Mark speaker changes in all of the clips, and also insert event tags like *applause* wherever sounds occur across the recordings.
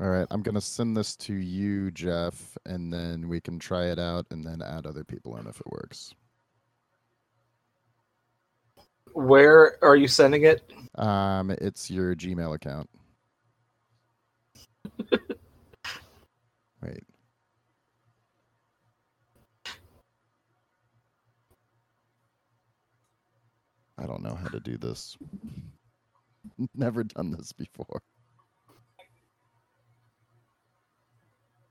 Speaker 1: All right, I'm gonna send this to you, Jeff, and then we can try it out and then add other people in if it works.
Speaker 2: Where are you sending it?
Speaker 1: Um, it's your Gmail account. Wait. I don't know how to do this. *laughs* Never done this before.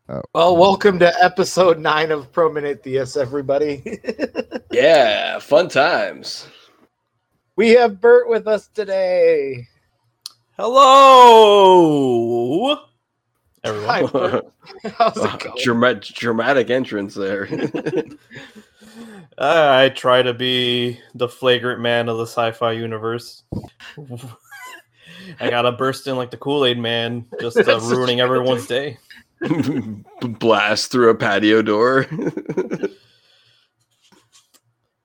Speaker 1: Oh,
Speaker 2: Well, welcome to episode nine of Pro Promenatheus, everybody. *laughs*
Speaker 3: Yeah, fun times. *laughs*
Speaker 2: we have Bert with us today.
Speaker 4: Hello,
Speaker 2: Hi,
Speaker 3: *laughs*
Speaker 4: everyone.
Speaker 2: Bert. How's it going?
Speaker 3: Dramatic, dramatic entrance there. *laughs*
Speaker 4: I try to be the flagrant man of the sci-fi universe. I gotta burst in like the Kool-Aid man, just uh,
Speaker 2: That's such
Speaker 4: ruining
Speaker 2: a-
Speaker 4: everyone's day.
Speaker 3: Blast through a patio door. *laughs*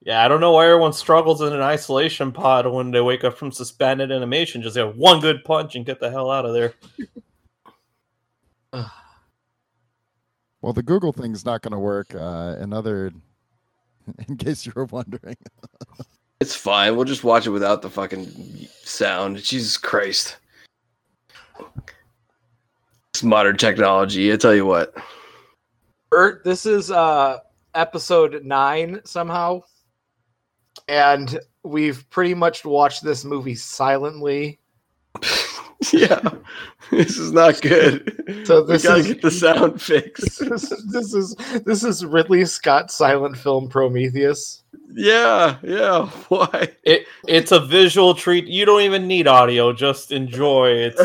Speaker 4: Yeah, I don't know why everyone struggles in an isolation pod when they wake up from suspended animation. Just have one good punch and get the hell out of there.
Speaker 1: Well, the Google thing's not going to work. Uh, another, *laughs* in case you were wondering.
Speaker 3: it's fine. We'll just watch it without the fucking sound. Jesus Christ. It's modern technology. I tell you what. *laughs*
Speaker 2: Bert, this is uh episode nine somehow. And we've pretty much watched this movie silently. *laughs*
Speaker 3: yeah, this is not good.
Speaker 2: So
Speaker 3: we
Speaker 2: this
Speaker 3: gotta
Speaker 2: is-
Speaker 3: get the sound fixed.
Speaker 2: This is this is this is Ridley Scott silent film Prometheus.
Speaker 3: yeah, yeah. *laughs* Why?
Speaker 4: It it's a visual treat. You don't even need audio. Just enjoy it.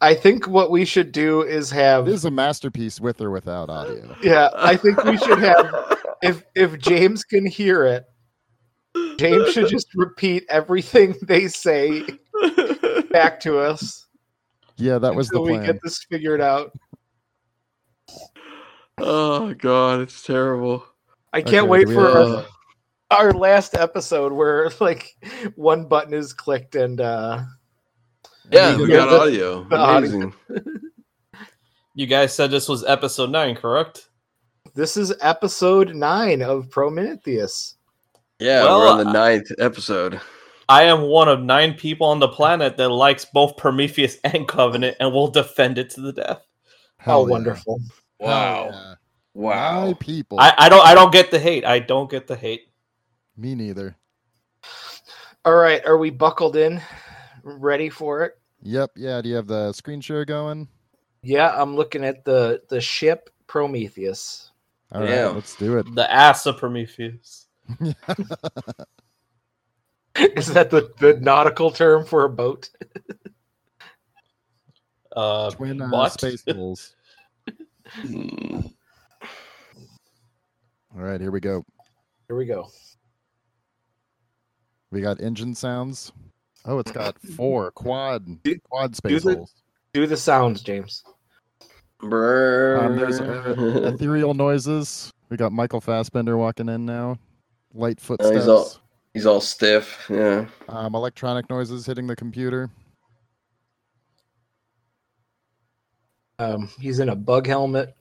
Speaker 2: I think what we should do is have
Speaker 1: It is a masterpiece with or without audio.
Speaker 2: yeah, I think we should have if if James can hear it, James should just repeat everything they say back to us
Speaker 1: Yeah, that was the
Speaker 2: until we
Speaker 1: plan.
Speaker 2: get this figured out.
Speaker 3: oh god, it's terrible.
Speaker 2: I can't
Speaker 1: Okay,
Speaker 2: wait
Speaker 1: do we uh,
Speaker 2: for
Speaker 1: have-
Speaker 2: our, our last episode where like one button is clicked and uh
Speaker 3: Yeah,
Speaker 2: we
Speaker 3: we
Speaker 2: get
Speaker 3: got
Speaker 2: the-
Speaker 3: audio.
Speaker 2: the audio.
Speaker 3: Amazing.
Speaker 4: You guys said this was episode nine, correct?
Speaker 2: this is episode nine of Prometheus.
Speaker 3: Yeah,
Speaker 4: Well,
Speaker 3: we're on the
Speaker 4: uh,
Speaker 3: ninth episode.
Speaker 4: I am one of nine people on the planet that likes both Prometheus *laughs* and Covenant and will defend it to the death.
Speaker 2: How
Speaker 1: Hell yeah.
Speaker 2: wonderful.
Speaker 1: Hell yeah. My
Speaker 3: Wow.
Speaker 1: people.
Speaker 4: I, I don't I don't get the hate. I don't get the hate.
Speaker 1: Me neither.
Speaker 2: All right, are we buckled in? Ready for it?
Speaker 1: Yep. Yeah. Do you have the screen share going?
Speaker 2: Yeah, I'm looking at the the ship Prometheus.
Speaker 1: All right,
Speaker 3: Yeah.
Speaker 1: let's do it.
Speaker 4: The ass of Prometheus.
Speaker 2: *laughs* Is that the, the nautical term for a boat?
Speaker 4: Uh,
Speaker 1: Twin uh,
Speaker 4: butt.
Speaker 1: space holes.
Speaker 3: Mm.
Speaker 1: All right, here we go.
Speaker 2: Here we go.
Speaker 1: We got engine sounds. Oh, it's got four quad
Speaker 2: Do-
Speaker 1: quad space
Speaker 2: the-
Speaker 1: holes.
Speaker 2: Do the sounds, James.
Speaker 1: Um, there's uh, ethereal noises. We got Michael Fassbender walking in now. Light footsteps.
Speaker 3: he's all- *laughs* He's all stiff. Yeah.
Speaker 1: Um, electronic noises hitting the computer.
Speaker 2: Um, he's in a bug helmet.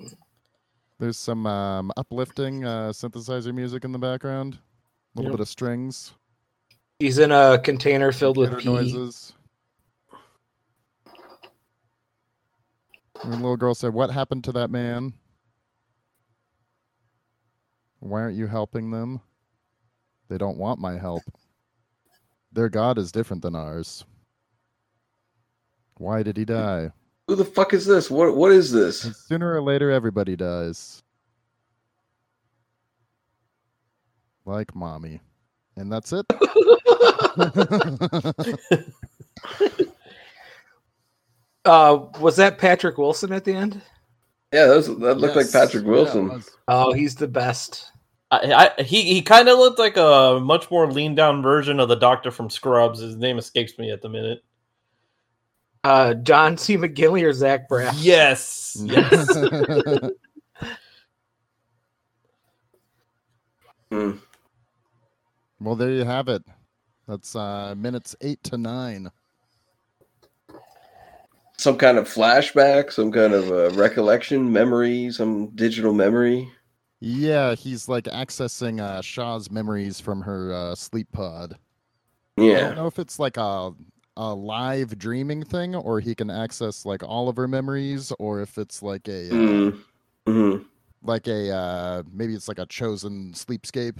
Speaker 1: There's some um, uplifting uh, synthesizer music in the background. A little
Speaker 4: Yep.
Speaker 1: bit of strings.
Speaker 2: He's in a container filled with
Speaker 1: computer
Speaker 2: pee.
Speaker 1: noises. And the little girl said, "What happened to that man? Why aren't you helping them? They don't want my help. Their god is different than ours. Why did he die?
Speaker 3: Who the fuck is this? What what is
Speaker 1: And
Speaker 3: this?
Speaker 1: sooner or later, everybody dies. Like mommy, and that's it."
Speaker 2: *laughs* Uh, was that Patrick Wilson at the end?
Speaker 3: Yeah, that, was, that looked
Speaker 1: Yes.
Speaker 3: like Patrick
Speaker 1: Yeah, it
Speaker 3: Wilson.
Speaker 1: was.
Speaker 2: Oh, he's the best.
Speaker 4: I, I, he he kind of looked like a much more lean down version of the doctor from Scrubs. His name escapes me at the minute.
Speaker 2: Uh, John C. McGinley or Zach Braff?
Speaker 4: Yes. Yes.
Speaker 1: *laughs*
Speaker 3: Mm.
Speaker 1: well, there you have it. That's uh, minutes eight to nine.
Speaker 3: some kind of flashback, some kind of uh, recollection, memory, some digital memory.
Speaker 1: Yeah, he's like accessing uh, Shaw's memories from her uh, sleep pod. I don't
Speaker 3: Yeah,
Speaker 1: know if it's like a a live dreaming thing, or he can access like all of her memories, or if it's like a uh,
Speaker 3: mm. hmm
Speaker 1: like a uh, maybe it's like a chosen sleepscape.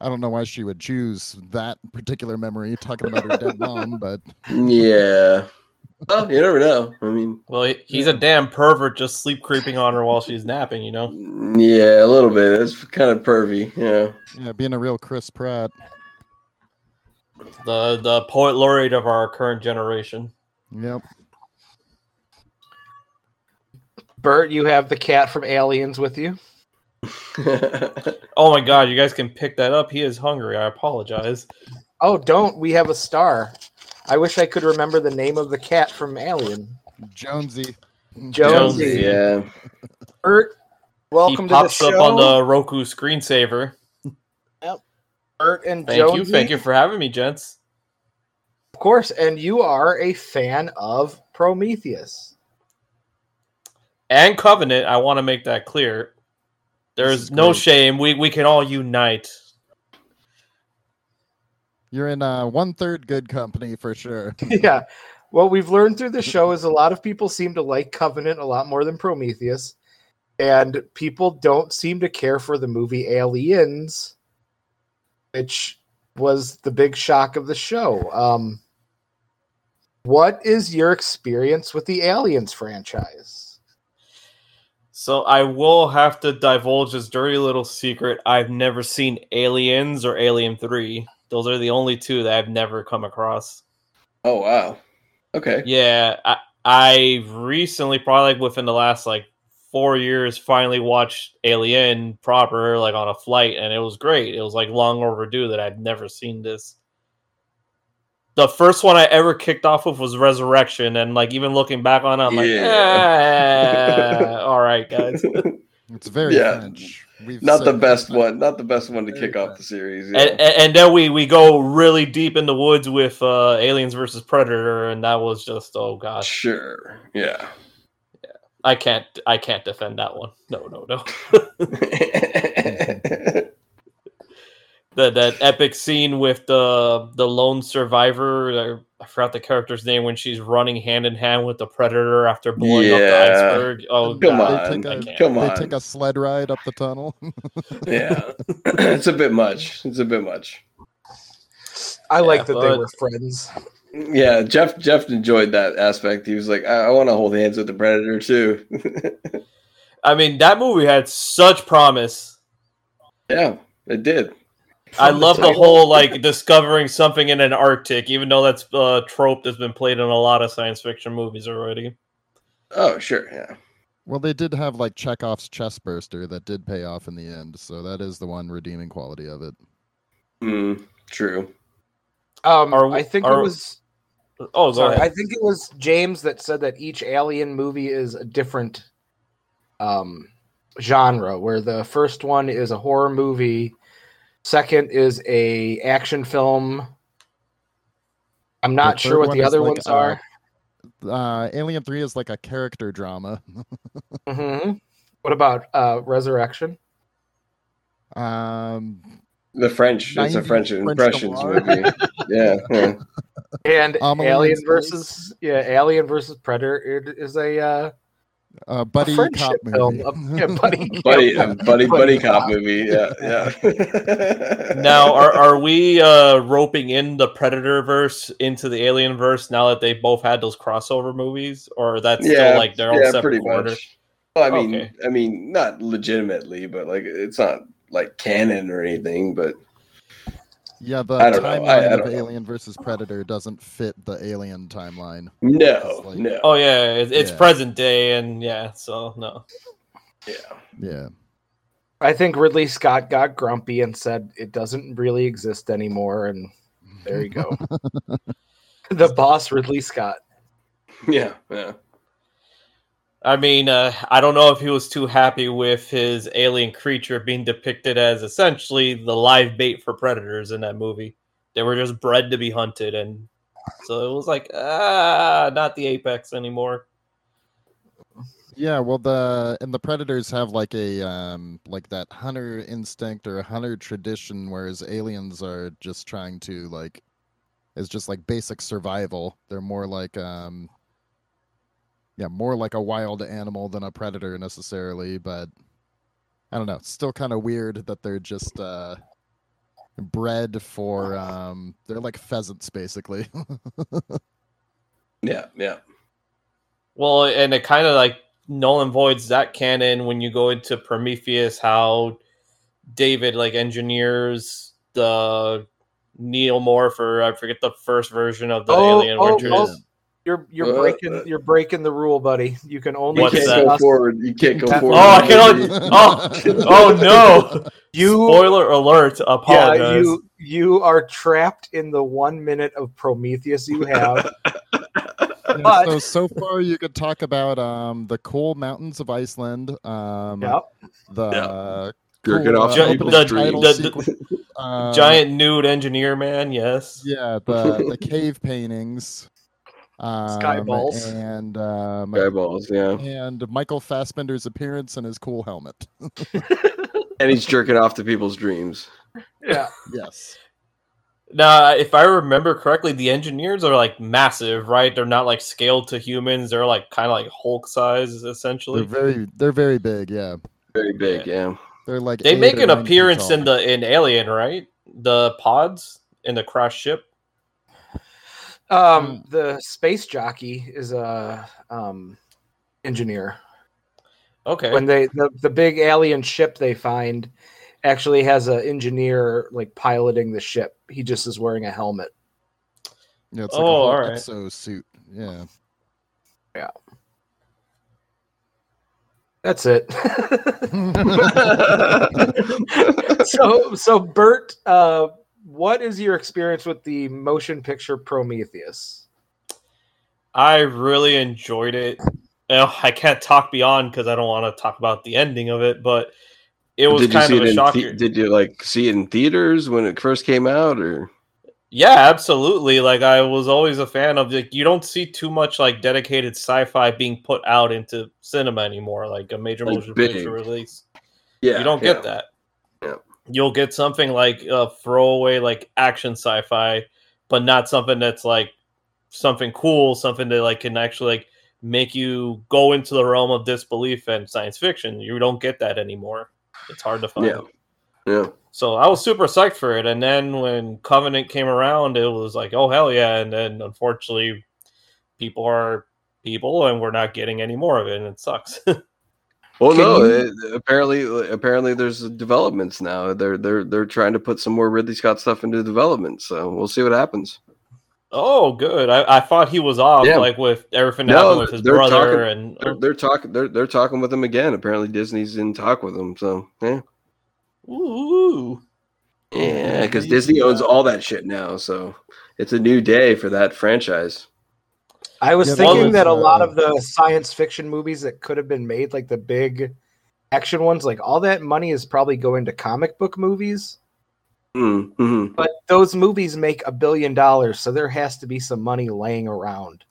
Speaker 1: I don't know why she would choose that particular memory talking about her
Speaker 3: *laughs*
Speaker 1: dead mom, but
Speaker 3: yeah. Well, you never know. I mean,
Speaker 4: Well, he- he's a damn pervert just sleep creeping on her while she's napping, you know?
Speaker 3: yeah, a little bit. That's kind of pervy. Yeah. *laughs*
Speaker 1: yeah, being a real Chris Pratt.
Speaker 4: The the poet laureate of our current generation.
Speaker 1: Yep.
Speaker 2: Bert, you have the cat from Aliens with you.
Speaker 4: Oh my god, you guys can pick that up. He is hungry. I apologize.
Speaker 2: Oh, don't. We have a star. I wish I could remember the name of the cat from Alien.
Speaker 1: Jonesy.
Speaker 2: Jonesy.
Speaker 4: Jonesy.
Speaker 3: yeah.
Speaker 2: Bert, welcome
Speaker 4: he
Speaker 2: to the
Speaker 4: pops
Speaker 2: show.
Speaker 4: up on the Roku screensaver.
Speaker 2: Bert and
Speaker 4: Thank
Speaker 2: Jonesy.
Speaker 4: you. Thank you for having me, gents.
Speaker 2: Of course, and you are a fan of *laughs* Prometheus.
Speaker 4: And Covenant, I want to make that clear.
Speaker 1: This
Speaker 4: There's
Speaker 1: is
Speaker 4: no
Speaker 1: great.
Speaker 4: shame. We we can all unite.
Speaker 1: You're in uh, one third good company for sure.
Speaker 2: yeah. What we've learned through the show is a lot of people seem to like Covenant a lot more than Prometheus, and people don't seem to care for the movie Aliens, which was the big shock of the show. Um, what is your experience with the Aliens franchise?
Speaker 4: So I will have to divulge this dirty little secret. I've never seen Aliens or Alien 3. Those are the only two that I've never come across.
Speaker 3: Oh wow. Okay.
Speaker 4: Yeah, I, I recently, probably like within the last like four years, finally watched Alien proper, like on a flight, and it was great. It was like long overdue that I'd never seen this. The first one I ever kicked off with was Resurrection, and like even looking back on it, I'm like,
Speaker 3: Yeah.
Speaker 4: "Ah, all right, guys.
Speaker 1: It's very
Speaker 3: Yeah.
Speaker 1: French. We've
Speaker 3: Not
Speaker 1: said
Speaker 3: the
Speaker 1: that.
Speaker 3: best one. Not the best one to
Speaker 1: Very
Speaker 3: kick off
Speaker 1: bad.
Speaker 3: the series.
Speaker 4: And,
Speaker 3: *laughs*
Speaker 4: and,
Speaker 3: Yeah.
Speaker 4: and then we we go really deep in the woods with uh, Aliens versus Predator, and that was just oh gosh.
Speaker 3: Sure. Yeah.
Speaker 4: I can't I can't defend that one. No, no, no. That that epic scene with the the lone survivor. I, I forgot the character's name when she's running hand in hand with the predator after blowing up
Speaker 3: Yeah.
Speaker 4: the iceberg. Oh
Speaker 3: Come
Speaker 4: God,
Speaker 1: on.
Speaker 4: I can't.
Speaker 3: Come
Speaker 1: They
Speaker 3: on.
Speaker 1: take a sled ride up the tunnel.
Speaker 3: yeah. it's a bit much. It's a bit much.
Speaker 2: I like that they
Speaker 4: but-
Speaker 2: were friends.
Speaker 3: Yeah, Jeff. Jeff enjoyed that aspect. He was like, "I, I want to hold hands with the predator too."
Speaker 4: I mean, that movie had such promise.
Speaker 3: yeah, it did.
Speaker 4: I
Speaker 2: From
Speaker 4: love the
Speaker 2: title.
Speaker 4: whole like discovering something in an Arctic, even though that's a trope that's been played in a lot of science fiction movies already.
Speaker 3: Oh, sure. Yeah.
Speaker 1: well, they did have like Chekhov's chest burster that did pay off in the end, so that is the one redeeming quality of it.
Speaker 3: Mm, true.
Speaker 2: Um,
Speaker 4: Are we-
Speaker 2: I think
Speaker 4: are-
Speaker 2: it was.
Speaker 4: Oh, go
Speaker 2: Sorry,
Speaker 4: ahead.
Speaker 2: I think it was James that said that each Alien movie is a different um, genre. Where the first one is a horror movie, second is a action film. I'm not
Speaker 1: The
Speaker 2: sure
Speaker 1: third
Speaker 2: what
Speaker 1: one
Speaker 2: the
Speaker 1: is
Speaker 2: other
Speaker 1: like,
Speaker 2: ones are.
Speaker 1: Uh, Alien Three is like a character drama. *laughs*
Speaker 2: hmm What about uh, Resurrection?
Speaker 1: Um,
Speaker 3: The French. It's a
Speaker 1: 90s
Speaker 3: French
Speaker 1: French
Speaker 3: impressions
Speaker 1: noir.
Speaker 3: movie. Yeah. yeah.
Speaker 1: *laughs*
Speaker 2: And
Speaker 1: Amelie in
Speaker 2: Alien
Speaker 1: Space?
Speaker 2: versus yeah, Alien versus Predator is a, uh,
Speaker 1: a
Speaker 2: a
Speaker 1: buddy
Speaker 2: friendship
Speaker 1: cop
Speaker 2: film.
Speaker 1: movie. *laughs*
Speaker 2: A- yeah, buddy,
Speaker 3: Buddy,
Speaker 2: cop.
Speaker 3: buddy, buddy
Speaker 2: Buddy
Speaker 3: cop movie. Yeah, yeah. *laughs*
Speaker 4: now are, are we uh roping in the predator verse into the alien verse now that they both had those crossover movies or that's
Speaker 3: yeah,
Speaker 4: still like their own
Speaker 3: yeah,
Speaker 4: separate
Speaker 3: pretty
Speaker 4: quarter
Speaker 3: much. Well, I mean,
Speaker 4: Okay.
Speaker 3: I mean, not legitimately, but like it's not like canon or anything. But
Speaker 1: Yeah, the
Speaker 3: I don't know. I-
Speaker 1: timeline
Speaker 3: I
Speaker 1: of
Speaker 3: don't know.
Speaker 1: Alien versus Predator doesn't fit the Alien timeline.
Speaker 3: no,
Speaker 1: It's like-
Speaker 3: no,
Speaker 4: oh yeah it, it's
Speaker 1: Yeah.
Speaker 4: present day and yeah so no
Speaker 3: yeah,
Speaker 1: Yeah,
Speaker 2: I think Ridley Scott got grumpy and said it doesn't really exist anymore, and there you go. the boss, Ridley Scott.
Speaker 3: yeah, yeah.
Speaker 4: i mean uh, i don't know if he was too happy with his alien creature being depicted as essentially the live bait for predators in that movie they were just bred to be hunted and So it was like, ah, not the apex anymore.
Speaker 1: Yeah, well the and the predators have like a um like that hunter instinct or hunter tradition whereas aliens are just trying to like it's just like basic survival. They're more like um yeah, more like a wild animal than a predator necessarily, but I don't know, it's still kind of weird that they're just uh bred for um they're like pheasants basically. *laughs*
Speaker 3: Yeah, yeah.
Speaker 4: Well, and it kind of like null and voids that canon when you go into Prometheus, how David like engineers the neomorph or I forget the first version of the
Speaker 2: Oh,
Speaker 4: alien.
Speaker 2: oh,
Speaker 4: which is-
Speaker 2: oh. You're you're
Speaker 3: Uh,
Speaker 2: breaking
Speaker 3: uh.
Speaker 2: you're breaking the rule, buddy. You can only
Speaker 3: You
Speaker 4: What's
Speaker 3: can't
Speaker 4: that?
Speaker 3: go
Speaker 2: discuss-
Speaker 3: forward. You can't go
Speaker 2: Oh,
Speaker 3: forward.
Speaker 4: I can only-
Speaker 1: *laughs*
Speaker 4: *laughs* oh, no!
Speaker 2: You
Speaker 4: Spoiler alert! Apologize.
Speaker 2: yeah, you you are trapped in the one minute of Prometheus you have. but
Speaker 1: so so far you could talk about um the cool mountains of Iceland, um
Speaker 2: yeah,
Speaker 1: the
Speaker 3: Yeah.
Speaker 1: uh,
Speaker 3: Jerking off
Speaker 1: uh,
Speaker 3: to
Speaker 4: Ju- the-
Speaker 1: opening
Speaker 3: people's
Speaker 4: the-
Speaker 1: title
Speaker 3: dreams.
Speaker 4: the-
Speaker 1: sequ-
Speaker 4: *laughs*
Speaker 1: uh,
Speaker 4: giant nude engineer man. Yes.
Speaker 1: Yeah, the
Speaker 4: *laughs*
Speaker 1: the cave paintings, um,
Speaker 2: balls.
Speaker 1: and um,
Speaker 3: Eyeballs, yeah.
Speaker 1: and Michael Fassbender's appearance and his cool helmet.
Speaker 3: And he's jerking off to people's dreams.
Speaker 2: yeah.
Speaker 1: Yes,
Speaker 4: Now, if I remember correctly, the engineers are like massive, right? They're not like scaled to humans. They're like kind of like Hulk size,
Speaker 1: they're
Speaker 4: essentially.
Speaker 1: very they're very big. Yeah,
Speaker 3: Very big, *laughs* yeah.
Speaker 1: they're like
Speaker 4: They
Speaker 1: eight
Speaker 4: make
Speaker 1: or
Speaker 4: an
Speaker 1: nine feet
Speaker 4: appearance in
Speaker 1: tall.
Speaker 4: the in Alien, right? The pods in the crash ship.
Speaker 2: Um, the space jockey is a um engineer.
Speaker 4: Okay.
Speaker 2: When they the, the big alien ship they find actually has an engineer like piloting the ship. He just is wearing a helmet.
Speaker 1: yeah, it's
Speaker 4: Oh,
Speaker 1: like a whole
Speaker 4: all right.
Speaker 1: exo suit.
Speaker 4: *laughs*
Speaker 1: Yeah,
Speaker 2: That's it. *laughs* so so Bert, uh, what is your experience with the motion picture Prometheus?
Speaker 4: I really enjoyed it. Oh, I can't talk beyond because I don't want to talk about the ending of it, but it was
Speaker 3: did you
Speaker 4: kind
Speaker 3: see
Speaker 4: of
Speaker 3: it
Speaker 4: a
Speaker 3: in
Speaker 4: shocker.
Speaker 3: the- did you like see it in theaters when it first came out or
Speaker 4: Yeah, absolutely. Like I was always a fan of like you don't see too much like dedicated sci-fi being put out into cinema anymore, like a major
Speaker 3: Like,
Speaker 4: motion
Speaker 3: big.
Speaker 4: picture release.
Speaker 3: yeah
Speaker 4: you don't
Speaker 3: yeah.
Speaker 4: get that.
Speaker 3: Yeah.
Speaker 4: You'll get something like a throwaway like action sci-fi, but not something that's like something cool, something that like can actually like make you go into the realm of disbelief and science fiction. You don't get that anymore. It's hard to find.
Speaker 3: Yeah. Yeah.
Speaker 4: So I was super psyched for it. And then when Covenant came around, it was like, oh hell yeah. And then unfortunately, people are people and we're not getting any more of it and it sucks.
Speaker 3: Well,
Speaker 2: Can
Speaker 3: no.
Speaker 2: you-
Speaker 3: it- apparently, apparently, there's developments now. They're they're they're trying to put some more Ridley Scott stuff into development. So we'll see what happens.
Speaker 4: oh good. I, I thought he was off
Speaker 3: Yeah.
Speaker 4: like with everything that
Speaker 3: No,
Speaker 4: happened with his
Speaker 3: they're
Speaker 4: brother
Speaker 3: talking-
Speaker 4: and
Speaker 3: They're, they're talking. They're they're talking with him again. Apparently, Disney's in talk with him. So yeah,
Speaker 4: Oh, ooh.
Speaker 3: yeah. Because Disney owns
Speaker 2: uh,
Speaker 3: all that shit now. So it's a new day for that franchise.
Speaker 2: I was
Speaker 1: Yeah,
Speaker 4: that
Speaker 2: thinking
Speaker 4: was,
Speaker 2: that a lot
Speaker 1: uh,
Speaker 2: of the science fiction movies that could have been made, like the big action ones, like all that money is probably going to comic book movies.
Speaker 3: Mm, mhm.
Speaker 2: But those movies make a billion dollars, so there has to be some money laying around.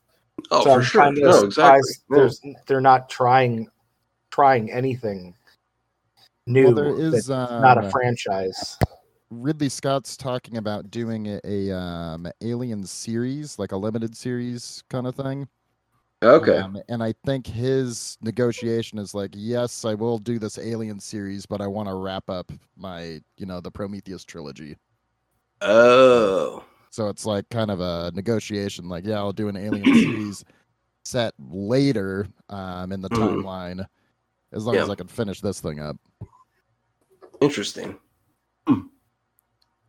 Speaker 3: Oh,
Speaker 2: so
Speaker 3: for sure.
Speaker 2: kinda
Speaker 3: No, exactly.
Speaker 2: surprised
Speaker 3: No.
Speaker 2: There's, they're not trying trying anything new.
Speaker 1: well, there
Speaker 2: that's
Speaker 1: is um,
Speaker 2: not a franchise. *laughs*
Speaker 1: Ridley Scott's talking about doing a, a um Alien series, like a limited series kind of thing.
Speaker 3: Okay.
Speaker 1: Um, and I think his negotiation is like, yes, I will do this Alien series, but I want to wrap up my, you know, the Prometheus trilogy.
Speaker 3: Oh.
Speaker 1: So it's like kind of a negotiation, like, yeah, I'll do an
Speaker 3: *coughs*
Speaker 1: Alien series set later um, in the
Speaker 3: Mhm.
Speaker 1: timeline, as long
Speaker 3: Yeah.
Speaker 1: as I can finish this thing up.
Speaker 3: Interesting.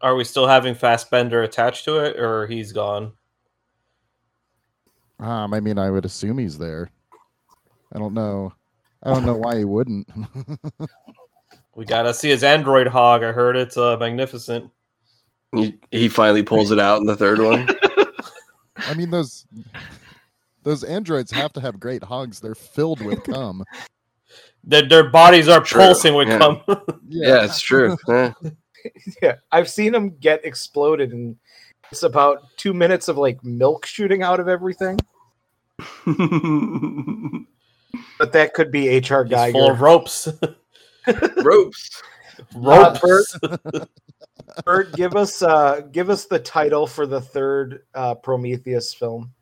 Speaker 4: Are we still having Fassbender attached to it or he's gone?
Speaker 1: Um, I mean, I would assume he's there. I don't know. I don't know why he wouldn't. *laughs*
Speaker 4: We gotta see his android hog. I heard it's uh, magnificent.
Speaker 3: He, he finally pulls it out in the third
Speaker 2: *laughs*
Speaker 3: one.
Speaker 1: I mean, those those androids have to have great hogs. They're filled with cum.
Speaker 4: Their, their bodies are
Speaker 3: True,
Speaker 4: pulsing with
Speaker 3: yeah.
Speaker 4: cum. *laughs*
Speaker 3: yeah, *laughs* it's true. Yeah.
Speaker 2: Yeah, I've seen them get exploded and It's about two minutes of like milk shooting out of everything, but that could be HR
Speaker 4: He's full
Speaker 2: Geiger. Uh,
Speaker 3: *laughs*
Speaker 4: of ropes.
Speaker 3: Ropes. Oh,
Speaker 2: Not
Speaker 4: ropes.
Speaker 2: Bert, give us uh, give us the title for the third uh, Prometheus film.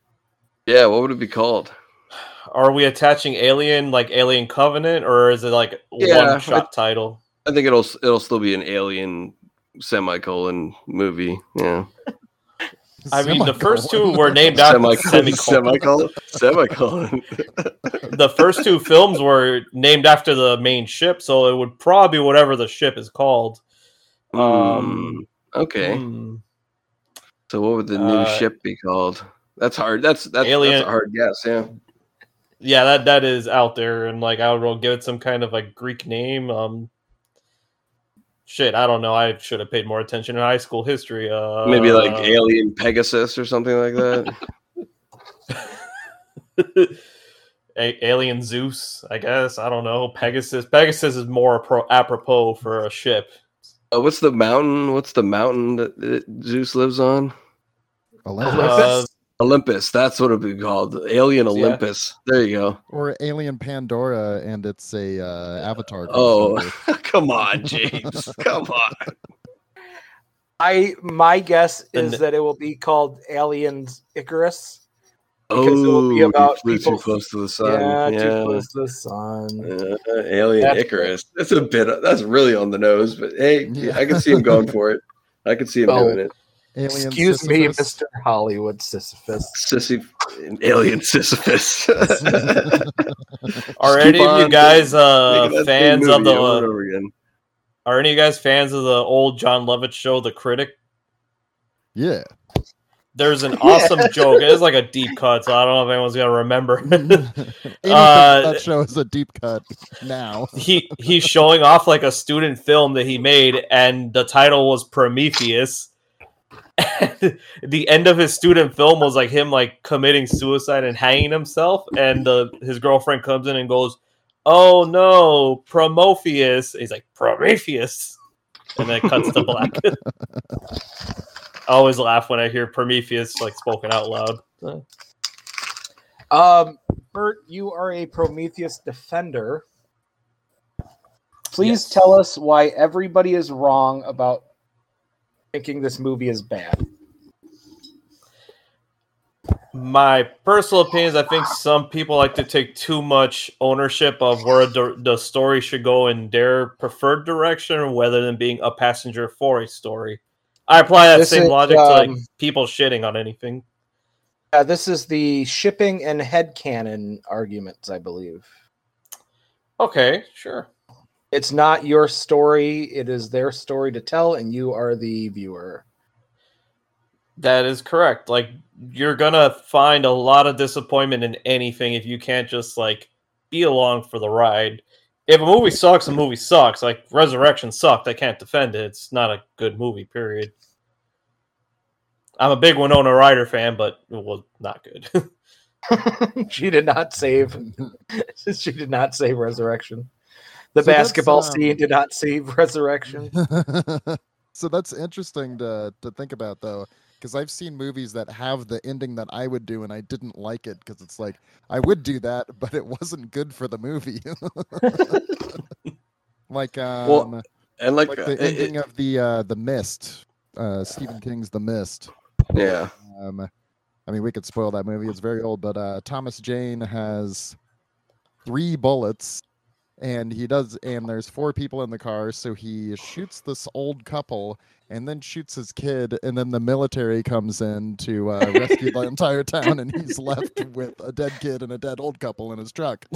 Speaker 3: Yeah, what would it be called?
Speaker 4: *laughs* Are we attaching Alien like Alien Covenant, or is it like
Speaker 3: Yeah,
Speaker 4: one shot title?
Speaker 3: I think it'll it'll still be an alien semicolon movie. Yeah,
Speaker 4: I mean, the first two
Speaker 1: Semicolon. *laughs*
Speaker 4: were named after
Speaker 3: semicolon,
Speaker 4: semicolon.
Speaker 3: semicolon, semicolon.
Speaker 4: the first
Speaker 3: *laughs*
Speaker 4: two films were named after the main ship, so it would probably be whatever the ship is called. *laughs* Um,
Speaker 3: Hmm, okay.
Speaker 4: Hmm.
Speaker 3: So what would the new
Speaker 4: Uh,
Speaker 3: ship be called? That's hard. That's that's,
Speaker 4: Alien-
Speaker 3: that's a hard guess. Yeah.
Speaker 4: yeah, that that is out there, and like I will give it some kind of like Greek name. Um, shit, I don't know. I should have paid more attention in high school history. Uh,
Speaker 3: Maybe like Alien Pegasus or something like
Speaker 4: *laughs*
Speaker 3: that.
Speaker 4: A- Alien Zeus, I guess. I don't know. Pegasus. Pegasus is more apro- apropos for
Speaker 3: *laughs*
Speaker 4: a ship.
Speaker 3: uh, what's the mountain? What's the mountain that, that Zeus lives on?
Speaker 1: Olympus.
Speaker 4: Uh,
Speaker 3: Olympus. That's what it'd be called. Alien
Speaker 4: Yeah.
Speaker 3: Olympus. There you go. *laughs*
Speaker 1: or Alien Pandora, and it's a uh, Avatar.
Speaker 3: Oh,
Speaker 1: crossover.
Speaker 3: come on,
Speaker 4: *laughs*
Speaker 3: James. come on.
Speaker 2: I my guess
Speaker 4: The
Speaker 2: is
Speaker 4: n-
Speaker 2: that it will be called Aliens Icarus. Because it will
Speaker 3: Oh,
Speaker 2: be
Speaker 3: you
Speaker 2: about
Speaker 3: flew too
Speaker 2: people-
Speaker 3: close to the sun.
Speaker 2: yeah,
Speaker 3: Yeah,
Speaker 2: too close to the sun.
Speaker 3: Uh, Alien
Speaker 2: That's-
Speaker 3: Icarus. That's a bit. That's really on the nose, but hey,
Speaker 1: Yeah.
Speaker 3: I can see him going for it. I can see him
Speaker 2: Oh.
Speaker 3: doing it.
Speaker 1: Alien
Speaker 2: Excuse me,
Speaker 1: Sisyphus.
Speaker 2: Mr. Hollywood Sisyphus.
Speaker 3: Sissy, alien Sisyphus.
Speaker 4: are
Speaker 3: Just keep
Speaker 4: any of you
Speaker 3: on Making that
Speaker 4: guys uh,
Speaker 3: same
Speaker 4: fans
Speaker 3: movie
Speaker 4: of the?
Speaker 3: over and over again.
Speaker 4: Are any of you guys fans of the old John Lovitz show, The Critic?
Speaker 1: Yeah.
Speaker 3: *laughs*
Speaker 4: There's an awesome joke. It is like a deep cut, so I don't know if anyone's
Speaker 3: *laughs*
Speaker 4: gonna remember.
Speaker 1: Anything
Speaker 4: Uh,
Speaker 1: that show is a deep cut now.
Speaker 4: he he's showing off like a student film that he made, and the title was Prometheus. *laughs* And the end of his student film was like him like committing suicide and hanging himself, and the his girlfriend comes in and goes, "Oh no, Prometheus!" He's like Prometheus, and then it cuts to black. *laughs* I always laugh when I hear Prometheus like spoken out loud.
Speaker 2: Um, Bert, you are a Prometheus defender. Please
Speaker 4: Yes.
Speaker 2: tell us why everybody is wrong about thinking this movie is bad.
Speaker 4: my personal opinions i think some people like to take too much ownership of where the, the story should go in their preferred direction rather than being a passenger for a story i apply that
Speaker 2: This
Speaker 4: same
Speaker 2: is,
Speaker 4: logic to like
Speaker 2: um,
Speaker 4: people shitting on anything
Speaker 2: Uh, this is the shipping and headcanon arguments, I believe.
Speaker 4: okay sure
Speaker 2: It's not your story, it is their story to tell, and you are the viewer. *laughs*
Speaker 4: that is correct like you're gonna find a lot of disappointment in anything if you can't just like be along for the ride if a movie sucks a movie sucks like resurrection sucked i can't defend it it's not a good movie period i'm a big winona ryder fan but it was not good *laughs*
Speaker 2: she did not save. *laughs* she did not save resurrection. The
Speaker 1: So that's,
Speaker 2: basketball
Speaker 1: um,
Speaker 2: scene did not save resurrection.
Speaker 1: *laughs* so that's interesting to to think about though because i've seen movies that have the ending that i would do and i didn't like it because it's like i would do that but it wasn't good for the movie *laughs* like um,
Speaker 3: Well, And like,
Speaker 1: like
Speaker 3: uh,
Speaker 1: the
Speaker 3: it-
Speaker 1: ending
Speaker 3: it-
Speaker 1: of the uh the mist uh stephen king's the mist
Speaker 3: yeah,
Speaker 1: um, I mean, we could spoil that movie. It's very old, but uh, Thomas Jane has three bullets, and he does. And there's four people in the car, so he shoots this old couple, and then shoots his kid, and then the military comes in to uh, rescue the entire town, and he's left with a dead kid and a dead old couple in his truck.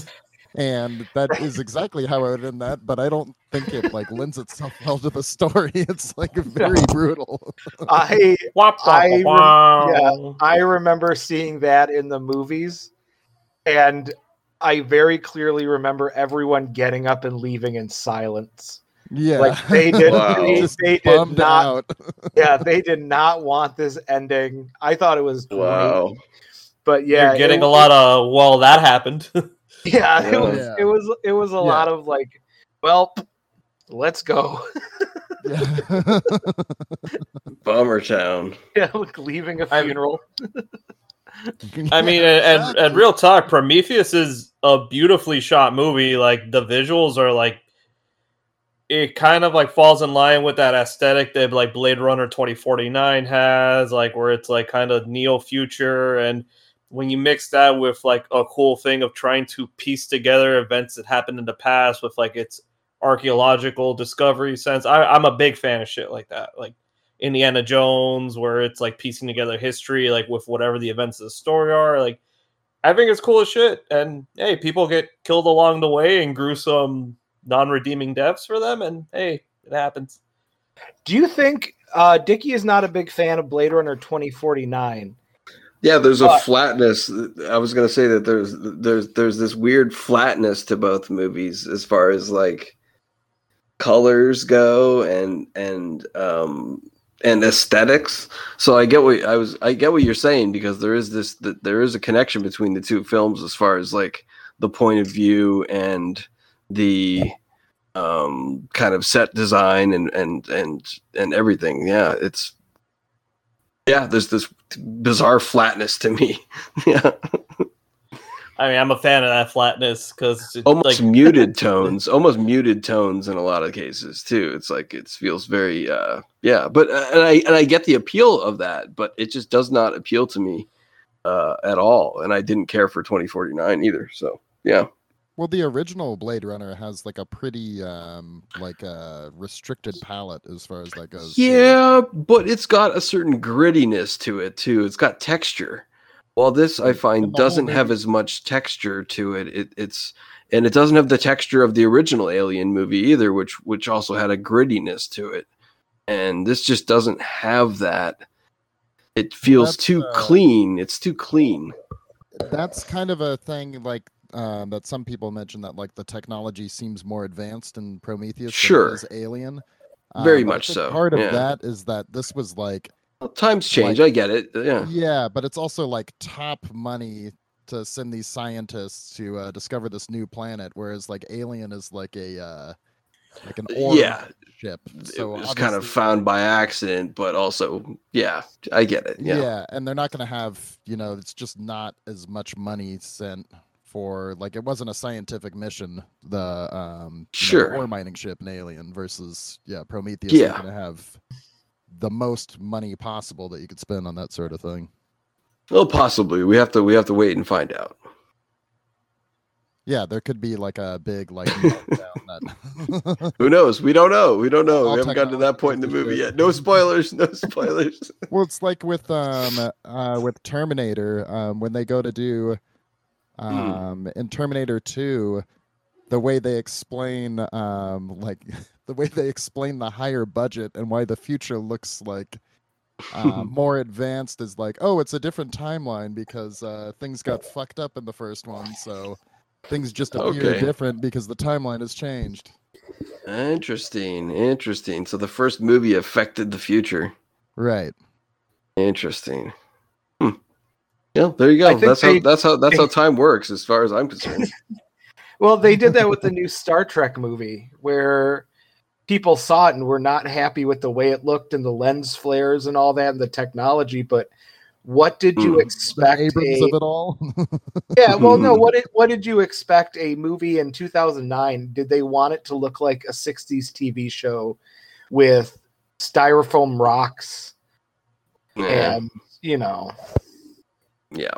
Speaker 1: And that is exactly how I would end that, but I don't think it like lends itself well to the story. *laughs* It's like very brutal.
Speaker 2: I
Speaker 4: Wop, wop,
Speaker 2: I rem-
Speaker 4: wop,
Speaker 2: yeah.
Speaker 4: wop.
Speaker 2: I remember seeing that in the movies, and I very clearly remember everyone getting up and leaving in silence.
Speaker 1: Yeah,
Speaker 2: Like they did,
Speaker 3: Wow.
Speaker 2: they,
Speaker 1: Just
Speaker 2: they did
Speaker 1: bummed
Speaker 2: not.
Speaker 1: out. *laughs*
Speaker 2: *laughs* Yeah, they did not want this ending. I thought it was great,
Speaker 3: wow.
Speaker 2: but yeah,
Speaker 4: you're getting
Speaker 2: it
Speaker 4: a lot of well that happened
Speaker 2: *laughs*
Speaker 4: *laughs*
Speaker 2: Yeah, it was
Speaker 1: Yeah.
Speaker 2: it was it was a lot of like, well, let's go. *laughs*
Speaker 1: Yeah.
Speaker 3: Bummer town.
Speaker 2: yeah, like leaving a
Speaker 4: I-
Speaker 2: funeral.
Speaker 1: *laughs*
Speaker 4: I mean,
Speaker 1: Yeah,
Speaker 4: and, and,
Speaker 1: exactly.
Speaker 4: and real talk, Prometheus is a beautifully shot movie. Like the visuals are like, it kind of like falls in line with that aesthetic that like Blade Runner twenty forty nine has, like where it's like kind of neo future, and when you mix that with like a cool thing of trying to piece together events that happened in the past with like its archaeological discovery sense, I, I'm a big fan of shit like that. Like Indiana Jones, where it's like piecing together history, like with whatever the events of the story are. Like, I think it's cool as shit. And hey, people get killed along the way and gruesome, non redeeming deaths for them. And hey, it happens.
Speaker 2: Do you think uh, Dickie is not a big fan of Blade Runner 2049?
Speaker 3: Yeah, there's a
Speaker 2: But-
Speaker 3: flatness. I was gonna say that there's there's there's this weird flatness to both movies as far as like colors go and and um and aesthetics. So I get what I was I get what you're saying because there is this that there is a connection between the two films as far as like the point of view and the um kind of set design and and and and everything. Yeah, it's yeah, there's this bizarre flatness to me. *laughs* yeah.
Speaker 4: I mean, I'm a fan of that flatness because
Speaker 3: Almost
Speaker 4: like,
Speaker 3: muted tones, almost muted tones in a lot of cases too. It's like it feels very uh yeah, but uh, and I and I get the appeal of that, but it just does not appeal to me uh at all and I didn't care for 2049 either. So, yeah.
Speaker 1: well, the original Blade Runner has like a pretty um like a restricted palette as far as that goes. too.
Speaker 3: Yeah, but it's got a certain grittiness to it too. It's got texture. While this I
Speaker 1: And
Speaker 3: find
Speaker 1: the whole
Speaker 3: doesn't have as much texture to it. it, it's and it doesn't have the texture of the original Alien movie either, which which also had a grittiness to it. And this just doesn't have that. It feels
Speaker 1: That's,
Speaker 3: too
Speaker 1: uh,
Speaker 3: clean. It's too clean.
Speaker 1: that's kind of a thing like um, that some people mention that like the technology seems more advanced in Prometheus
Speaker 3: Sure.
Speaker 1: than it is Alien. Uh,
Speaker 3: Very
Speaker 1: but I
Speaker 3: much
Speaker 1: think
Speaker 3: so,
Speaker 1: Part of
Speaker 3: yeah.
Speaker 1: that is that this was like
Speaker 3: Well, times change. I get it. *laughs* Yeah.
Speaker 1: yeah, but it's also like top money to send these scientists to uh, discover this new planet, whereas like Alien is like a uh, like an orb
Speaker 3: Uh, Yeah.
Speaker 1: ship.
Speaker 3: it
Speaker 1: So
Speaker 3: was kind of
Speaker 1: obviously-
Speaker 3: found by accident, but also, yeah, I get it.
Speaker 1: Yeah.
Speaker 3: Yeah.
Speaker 1: and they're not going to have, you know, it's just not as much money sent for like it wasn't a scientific mission. The um you know, the
Speaker 3: Sure.
Speaker 1: ore mining ship in Alien versus yeah Prometheus.
Speaker 3: Yeah.
Speaker 1: are going to have the most money possible that you could spend on that sort of thing.
Speaker 3: Well, possibly. We have to we have to wait and find out.
Speaker 1: Yeah, there could be like a big like meltdown that- *laughs*
Speaker 3: Who knows? We don't know. We don't know.
Speaker 1: All
Speaker 3: we haven't gotten to that
Speaker 1: technology
Speaker 3: point in the
Speaker 1: is
Speaker 3: movie
Speaker 1: good.
Speaker 3: yet. No spoilers. No *laughs* spoilers.
Speaker 1: well it's like with um uh with terminator um when they go to do um in terminator 2 the way they explain um like *laughs* the way they explain the higher budget and why the future looks like uh, more advanced is like oh it's a different timeline because uh things got fucked up in the first one so things just appear
Speaker 3: Okay.
Speaker 1: different because the timeline has changed
Speaker 3: interesting. Interesting. So the first movie affected the future.
Speaker 1: right
Speaker 3: Interesting. Hmm. Yeah, there you
Speaker 2: I
Speaker 3: go.
Speaker 2: think
Speaker 3: That's
Speaker 2: they-
Speaker 3: how that's how that's how time works, as far as I'm
Speaker 2: *laughs*
Speaker 3: concerned.
Speaker 2: Well, they did that with the new Star Trek movie where people saw it and were not happy with the way it looked and the lens flares and all that and the technology, but what did you
Speaker 3: Mm.
Speaker 1: the
Speaker 2: expect?
Speaker 1: abrams
Speaker 2: a-
Speaker 1: of it all *laughs*
Speaker 2: yeah, well, no.
Speaker 3: Mm.
Speaker 2: What did what did you expect? A movie in two thousand nine? Did they want it to look like a '60s TV show with styrofoam rocks
Speaker 3: Yeah.
Speaker 2: and you know?
Speaker 3: yeah.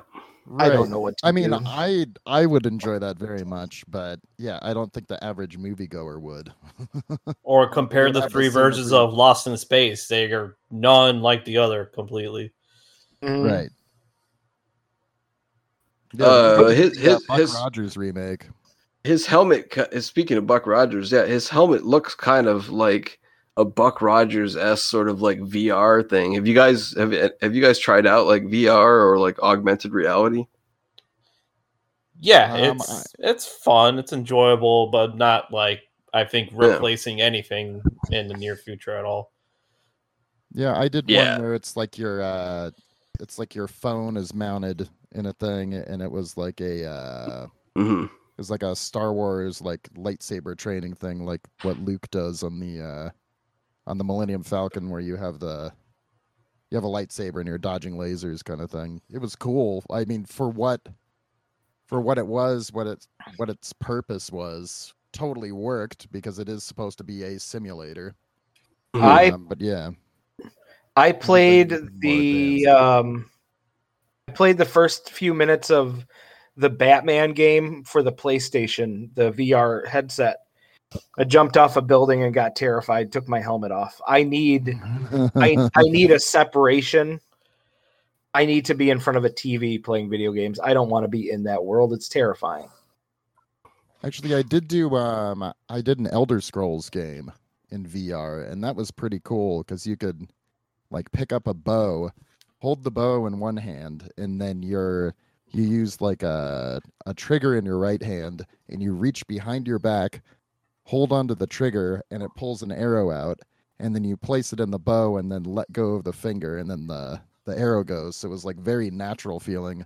Speaker 2: I
Speaker 1: Right.
Speaker 2: don't know what. To
Speaker 1: I mean,
Speaker 2: do.
Speaker 1: I I would enjoy that very much, but yeah, I don't think the average moviegoer would.
Speaker 4: or compare
Speaker 1: You'll
Speaker 4: the
Speaker 1: have
Speaker 4: three
Speaker 1: a similar
Speaker 4: versions
Speaker 1: group.
Speaker 4: of Lost in Space. They are none like the other completely.
Speaker 2: Mm.
Speaker 1: Right.
Speaker 3: Uh,
Speaker 1: but
Speaker 3: his-
Speaker 1: yeah,
Speaker 3: his-
Speaker 1: Buck
Speaker 3: his-
Speaker 1: Rogers remake.
Speaker 3: his helmet ki- is speaking of Buck Rogers, yeah, his helmet looks kind of like a Buck Rogers s sort of like VR thing. Have you guys have have you guys tried out like VR or like augmented reality?
Speaker 4: Yeah,
Speaker 1: Um,
Speaker 4: it's it's fun, it's enjoyable, but not like I think
Speaker 3: Yeah.
Speaker 4: replacing anything in the near future at all.
Speaker 1: Yeah, I did
Speaker 3: Yeah.
Speaker 1: one where it's like your uh, it's like your phone is mounted in a thing, and it was like a uh,
Speaker 3: hmm
Speaker 1: it was like a Star Wars like lightsaber training thing, like what Luke does on the uh on the Millennium Falcon where you have the you have a lightsaber and you're dodging lasers kind of thing. It was cool. I mean, for what for what it was, what its what its purpose was, totally worked because it is supposed to be a simulator.
Speaker 2: Hmm. I
Speaker 1: Um, but yeah,
Speaker 2: I played
Speaker 1: more
Speaker 2: the
Speaker 1: advanced.
Speaker 2: um, I played the first few minutes of the Batman game for the PlayStation, the VR headset. I jumped off a building and got terrified. Took my helmet off. I need I, I need a separation. I need to be in front of a TV playing video games. I don't want to be in that world. It's terrifying.
Speaker 1: *laughs* Actually, I did do um I did an Elder Scrolls game in VR and that was pretty cool cuz you could like pick up a bow, hold the bow in one hand and then you're you use like a a trigger in your right hand and you reach behind your back, hold onto the trigger and it pulls an arrow out and then you place it in the bow and then let go of the finger and then the the arrow goes. So it was like very natural feeling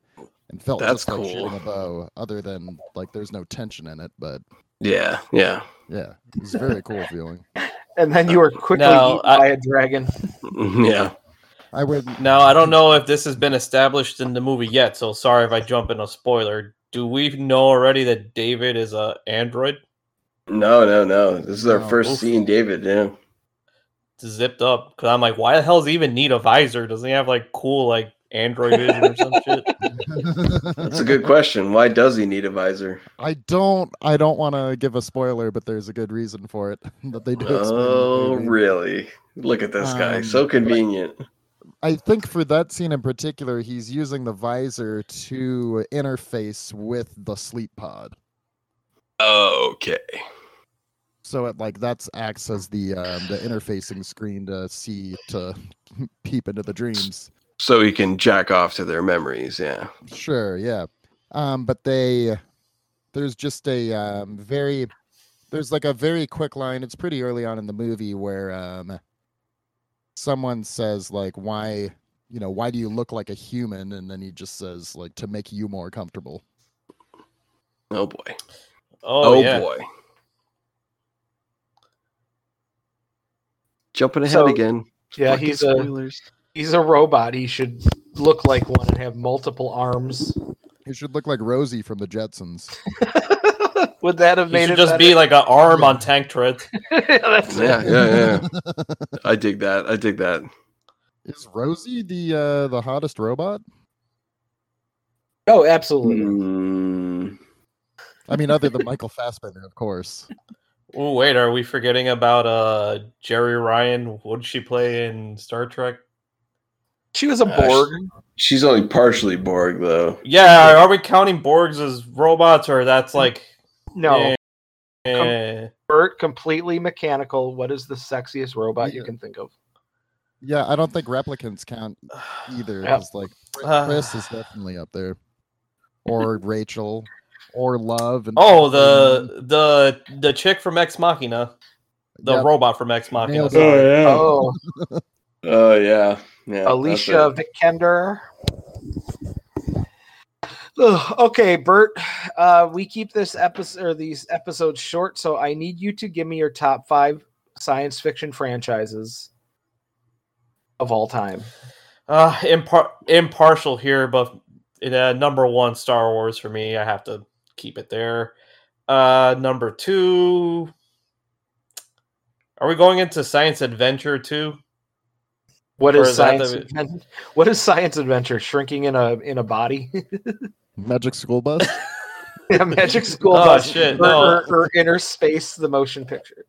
Speaker 1: and felt
Speaker 3: That's
Speaker 1: just like shooting
Speaker 3: cool.
Speaker 1: a bow other than like there's no tension in it, but
Speaker 3: Yeah, yeah.
Speaker 1: yeah, it
Speaker 3: *laughs*
Speaker 1: was a very cool feeling.
Speaker 2: And then you were quickly
Speaker 4: No,
Speaker 2: eaten
Speaker 4: I-
Speaker 2: by a dragon.
Speaker 3: mm-hmm, Yeah.
Speaker 1: I would.
Speaker 4: Now, I don't know if this has been established in the movie yet, so sorry if I jump in a spoiler. Do we know already that David is a android?
Speaker 3: No, no, no. This is our
Speaker 1: Oh,
Speaker 3: first
Speaker 1: oof.
Speaker 3: scene, David. Yeah.
Speaker 4: Zipped up because I'm like, why the hell does he even need a visor? Doesn't he have like cool like android vision or some shit?
Speaker 3: That's a good question. Why does he need a visor?
Speaker 1: *laughs* I don't. I don't want to give a spoiler, but there's a good reason for it *laughs* that they do. explain in the
Speaker 3: Oh,
Speaker 1: movie.
Speaker 3: really? Look at this guy.
Speaker 1: Um,
Speaker 3: So convenient.
Speaker 1: I think for that scene in particular, he's using the visor to interface with the sleep pod.
Speaker 3: Okay.
Speaker 1: So it like that's acts as the um, the interfacing screen to see to *laughs* peep into the dreams.
Speaker 3: So he can jack off to their memories. Yeah.
Speaker 1: Sure, yeah. Um, but they there's just a um, very there's like a very quick line. It's pretty early on in the movie where um, someone says like, "Why, you know, why do you look like a human?" And then he just says like, "To make you more comfortable."
Speaker 3: Oh, boy.
Speaker 4: Oh,
Speaker 3: Oh,
Speaker 4: yeah.
Speaker 3: boy. Jumping ahead
Speaker 2: So-
Speaker 3: again.
Speaker 2: Yeah,
Speaker 3: Fucking
Speaker 2: he's uh, a
Speaker 3: spoilers.
Speaker 2: he's a robot. He should look like one and have multiple arms.
Speaker 1: He should look like Rosie from the Jetsons.
Speaker 2: *laughs* Would that have
Speaker 4: He
Speaker 2: made
Speaker 4: should
Speaker 2: it
Speaker 4: just be like an arm on tank treads.
Speaker 2: *laughs* better? That's it.
Speaker 3: Yeah, yeah, *laughs* yeah. I dig that. I dig that.
Speaker 1: Is Rosie the uh, the hottest robot?
Speaker 2: Oh, absolutely.
Speaker 3: Mm-hmm. Mm,
Speaker 1: I mean, other than Michael Fassbender, of course.
Speaker 4: Oh wait, are we forgetting about uh Jerry Ryan? What did she play in Star Trek?
Speaker 2: She was a
Speaker 3: Gosh.
Speaker 2: Borg.
Speaker 3: she's only partially Borg, though.
Speaker 4: Yeah, are we counting Borgs as robots or that's like
Speaker 2: No,
Speaker 4: eh, eh. *sighs*
Speaker 2: Bert, completely mechanical. What is the sexiest robot you
Speaker 1: Yeah.
Speaker 2: can think of?
Speaker 1: Yeah, I don't think replicants count either.
Speaker 2: Yep.
Speaker 1: 'cause, like Chris-
Speaker 4: Ah.
Speaker 1: Chris is definitely up there,
Speaker 4: *laughs*
Speaker 1: or Rachel, or Love. And
Speaker 4: Oh, the the the chick from Ex Machina, the
Speaker 1: Um, Yep.
Speaker 4: robot from Ex Machina.
Speaker 1: Nailed it.
Speaker 4: sorry.
Speaker 3: yeah. Oh,
Speaker 2: Oh,
Speaker 3: yeah. Yeah. that's
Speaker 2: Alicia
Speaker 3: it.
Speaker 2: Vikander. Ugh, okay, Bert. Uh, we keep this episode or these episodes short, so I need you to give me your top five science fiction franchises of all time.
Speaker 4: Uh, impar- impartial here, but uh, number one, Star Wars for me. I have to keep it there. Uh, number two, are we going into science adventure too?
Speaker 2: What
Speaker 4: Or
Speaker 2: is,
Speaker 4: is that
Speaker 2: science?
Speaker 4: the-
Speaker 2: adven- what is science adventure? Shrinking in a in a body? *laughs*
Speaker 1: Magic School Bus.
Speaker 2: Yeah,
Speaker 4: *laughs*
Speaker 2: Magic School
Speaker 4: Oh,
Speaker 2: Bus
Speaker 4: shit,
Speaker 2: or,
Speaker 4: no.
Speaker 2: or, or Inner Space, the motion picture.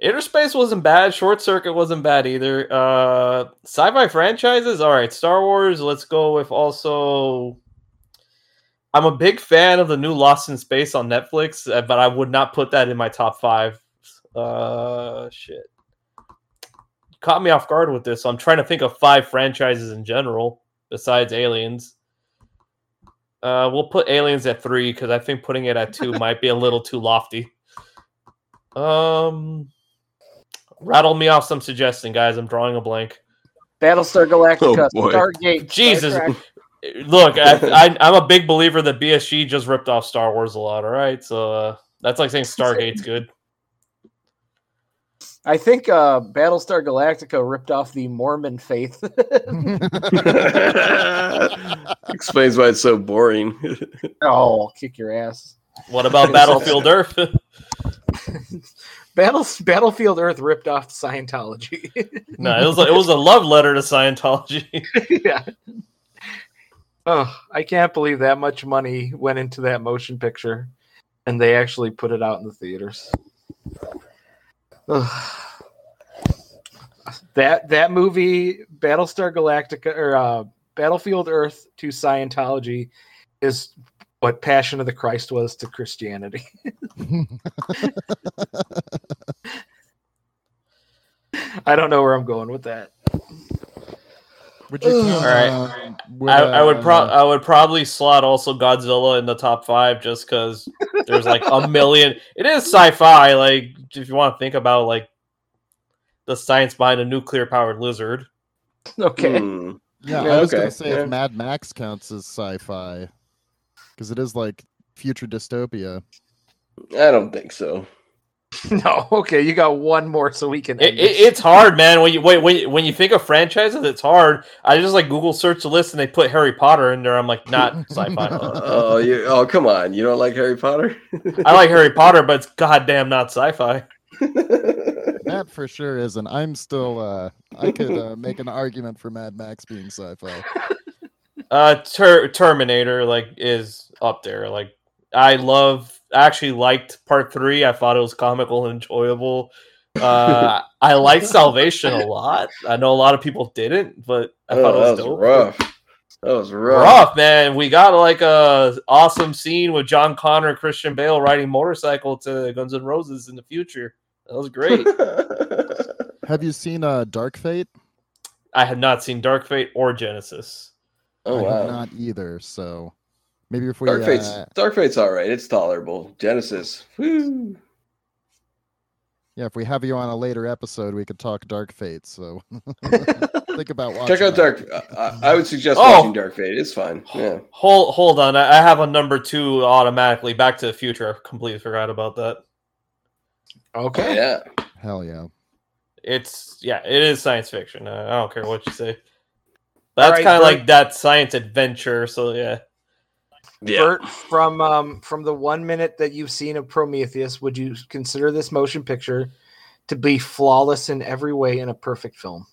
Speaker 4: Interspace wasn't bad. Short Circuit wasn't bad either. Uh, sci-fi franchises, all right. Star Wars. Let's go with also. I'm a big fan of the new Lost in Space on Netflix, uh, but I would not put that in my top five. Uh, shit, caught me off guard with this. So I'm trying to think of five franchises in general besides Aliens. Uh, we'll put Aliens at three because I think putting it at two might be a little too lofty. Um, rattle me off some suggestion, guys. I'm drawing a blank.
Speaker 2: Battlestar Galactica,
Speaker 3: Oh, boy.
Speaker 2: Stargate,
Speaker 4: Jesus.
Speaker 2: Star Trek.
Speaker 4: Look, I, I, I'm a big believer that BSG just ripped off Star Wars a lot. All right, so uh, that's like saying Stargate's good.
Speaker 2: I think uh, Battlestar Galactica ripped off the Mormon faith. *laughs*
Speaker 3: *laughs* Explains why it's so boring.
Speaker 2: oh, kick your ass!
Speaker 4: What about Battlefield Earth? *laughs*
Speaker 2: Battle Battlefield Earth ripped off Scientology.
Speaker 4: *laughs*
Speaker 2: *laughs*
Speaker 4: no, it was a, it was a love letter to Scientology. *laughs*
Speaker 2: yeah. Oh, I can't believe that much money went into that motion picture, and they actually put it out in the theaters. Ugh. That that movie, Battlestar Galactica or uh, Battlefield Earth to Scientology, is what Passion of the Christ was to Christianity. I don't know where I'm going with that.
Speaker 1: *laughs* Would you?
Speaker 4: All right.
Speaker 1: um, would,
Speaker 4: I, I would pro-
Speaker 1: uh,
Speaker 4: I would probably slot also Godzilla in the top five just because there's like a million. It is sci-fi. Like if you want to think about like the science behind a nuclear powered lizard.
Speaker 2: Okay.
Speaker 3: Hmm.
Speaker 1: Yeah,
Speaker 3: Yeah,
Speaker 1: I was
Speaker 3: okay,
Speaker 1: gonna say
Speaker 3: yeah.
Speaker 1: if Mad Max counts as sci-fi, because it is like future dystopia.
Speaker 3: I don't think so.
Speaker 2: *laughs* No, okay, you got one more so we can.
Speaker 4: It,
Speaker 2: end
Speaker 4: it,
Speaker 2: this.
Speaker 4: it's hard, man. When you wait, when, when you think of franchises, it's hard. I just like Google search the list and they put Harry Potter in there. I'm like,
Speaker 3: *laughs*
Speaker 4: not sci-fi.
Speaker 3: Oh, you, oh, come on! You don't like Harry Potter?
Speaker 4: I like Harry Potter, but it's goddamn not sci-fi.
Speaker 1: That for sure isn't. I'm still. Uh, I could uh, make an argument for Mad Max being sci-fi.
Speaker 4: Uh, ter- Terminator like is up there. Like I love, I actually liked part three. I thought it was comical and enjoyable.
Speaker 3: *laughs*
Speaker 4: Uh, I liked Salvation a lot. I know a lot of people didn't, but I
Speaker 3: oh,
Speaker 4: thought it was,
Speaker 3: that was
Speaker 4: dope.
Speaker 3: rough. That was rough.
Speaker 4: Rough, man. We got like a awesome scene with John Connor, and Christian Bale riding motorcycle to Guns N' Roses in the future. That was great.
Speaker 3: *laughs*
Speaker 1: Have you seen uh, Dark Fate?
Speaker 4: I had not seen Dark Fate or Genesis.
Speaker 3: oh
Speaker 1: I have
Speaker 3: wow!
Speaker 1: not either. So maybe if we
Speaker 3: Dark Fate's
Speaker 1: uh,
Speaker 3: Dark Fate's all right. It's tolerable. Genesis. Woo.
Speaker 1: yeah, if we have you on a later episode, we could talk Dark Fate.
Speaker 3: *laughs*
Speaker 1: So *laughs* think about watching.
Speaker 3: Check
Speaker 1: that.
Speaker 3: out Dark. I, I I would suggest
Speaker 4: Oh.
Speaker 3: watching Dark Fate. It's
Speaker 1: *sighs*
Speaker 3: fine. Yeah.
Speaker 4: Hold hold on, I I have a number two automatically. Back to the Future. I completely forgot about that.
Speaker 2: okay.
Speaker 3: Yeah.
Speaker 1: Hell yeah.
Speaker 4: It's yeah, it is science fiction. Uh, I don't care what you say. That's
Speaker 2: right,
Speaker 4: kind of
Speaker 2: Bert.
Speaker 4: like that science adventure. So yeah,
Speaker 2: Bert, from um, from the one minute that you've seen of Prometheus, would you consider this motion picture to be flawless in every way and a perfect film?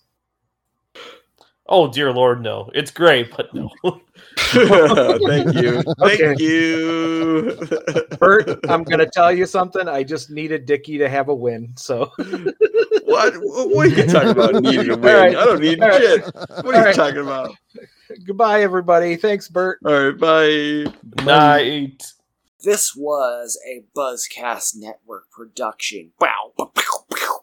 Speaker 4: oh dear lord, no, it's great, but no.
Speaker 3: *laughs* Thank you.
Speaker 1: *laughs*
Speaker 3: Thank
Speaker 2: Okay.
Speaker 3: you.
Speaker 2: *laughs*
Speaker 3: *laughs*
Speaker 2: Bert, I'm gonna tell you something. I just needed Dickie to have a win. So *laughs*
Speaker 3: what? What are you talking about? Needing a win?
Speaker 2: All right.
Speaker 3: I don't need
Speaker 2: All right.
Speaker 3: shit.
Speaker 1: *laughs*
Speaker 3: What are you
Speaker 2: All right.
Speaker 3: talking about?
Speaker 2: goodbye, everybody. Thanks, Bert.
Speaker 3: All right. Bye.
Speaker 4: Night.
Speaker 5: This was a Buzzcast Network production. Wow.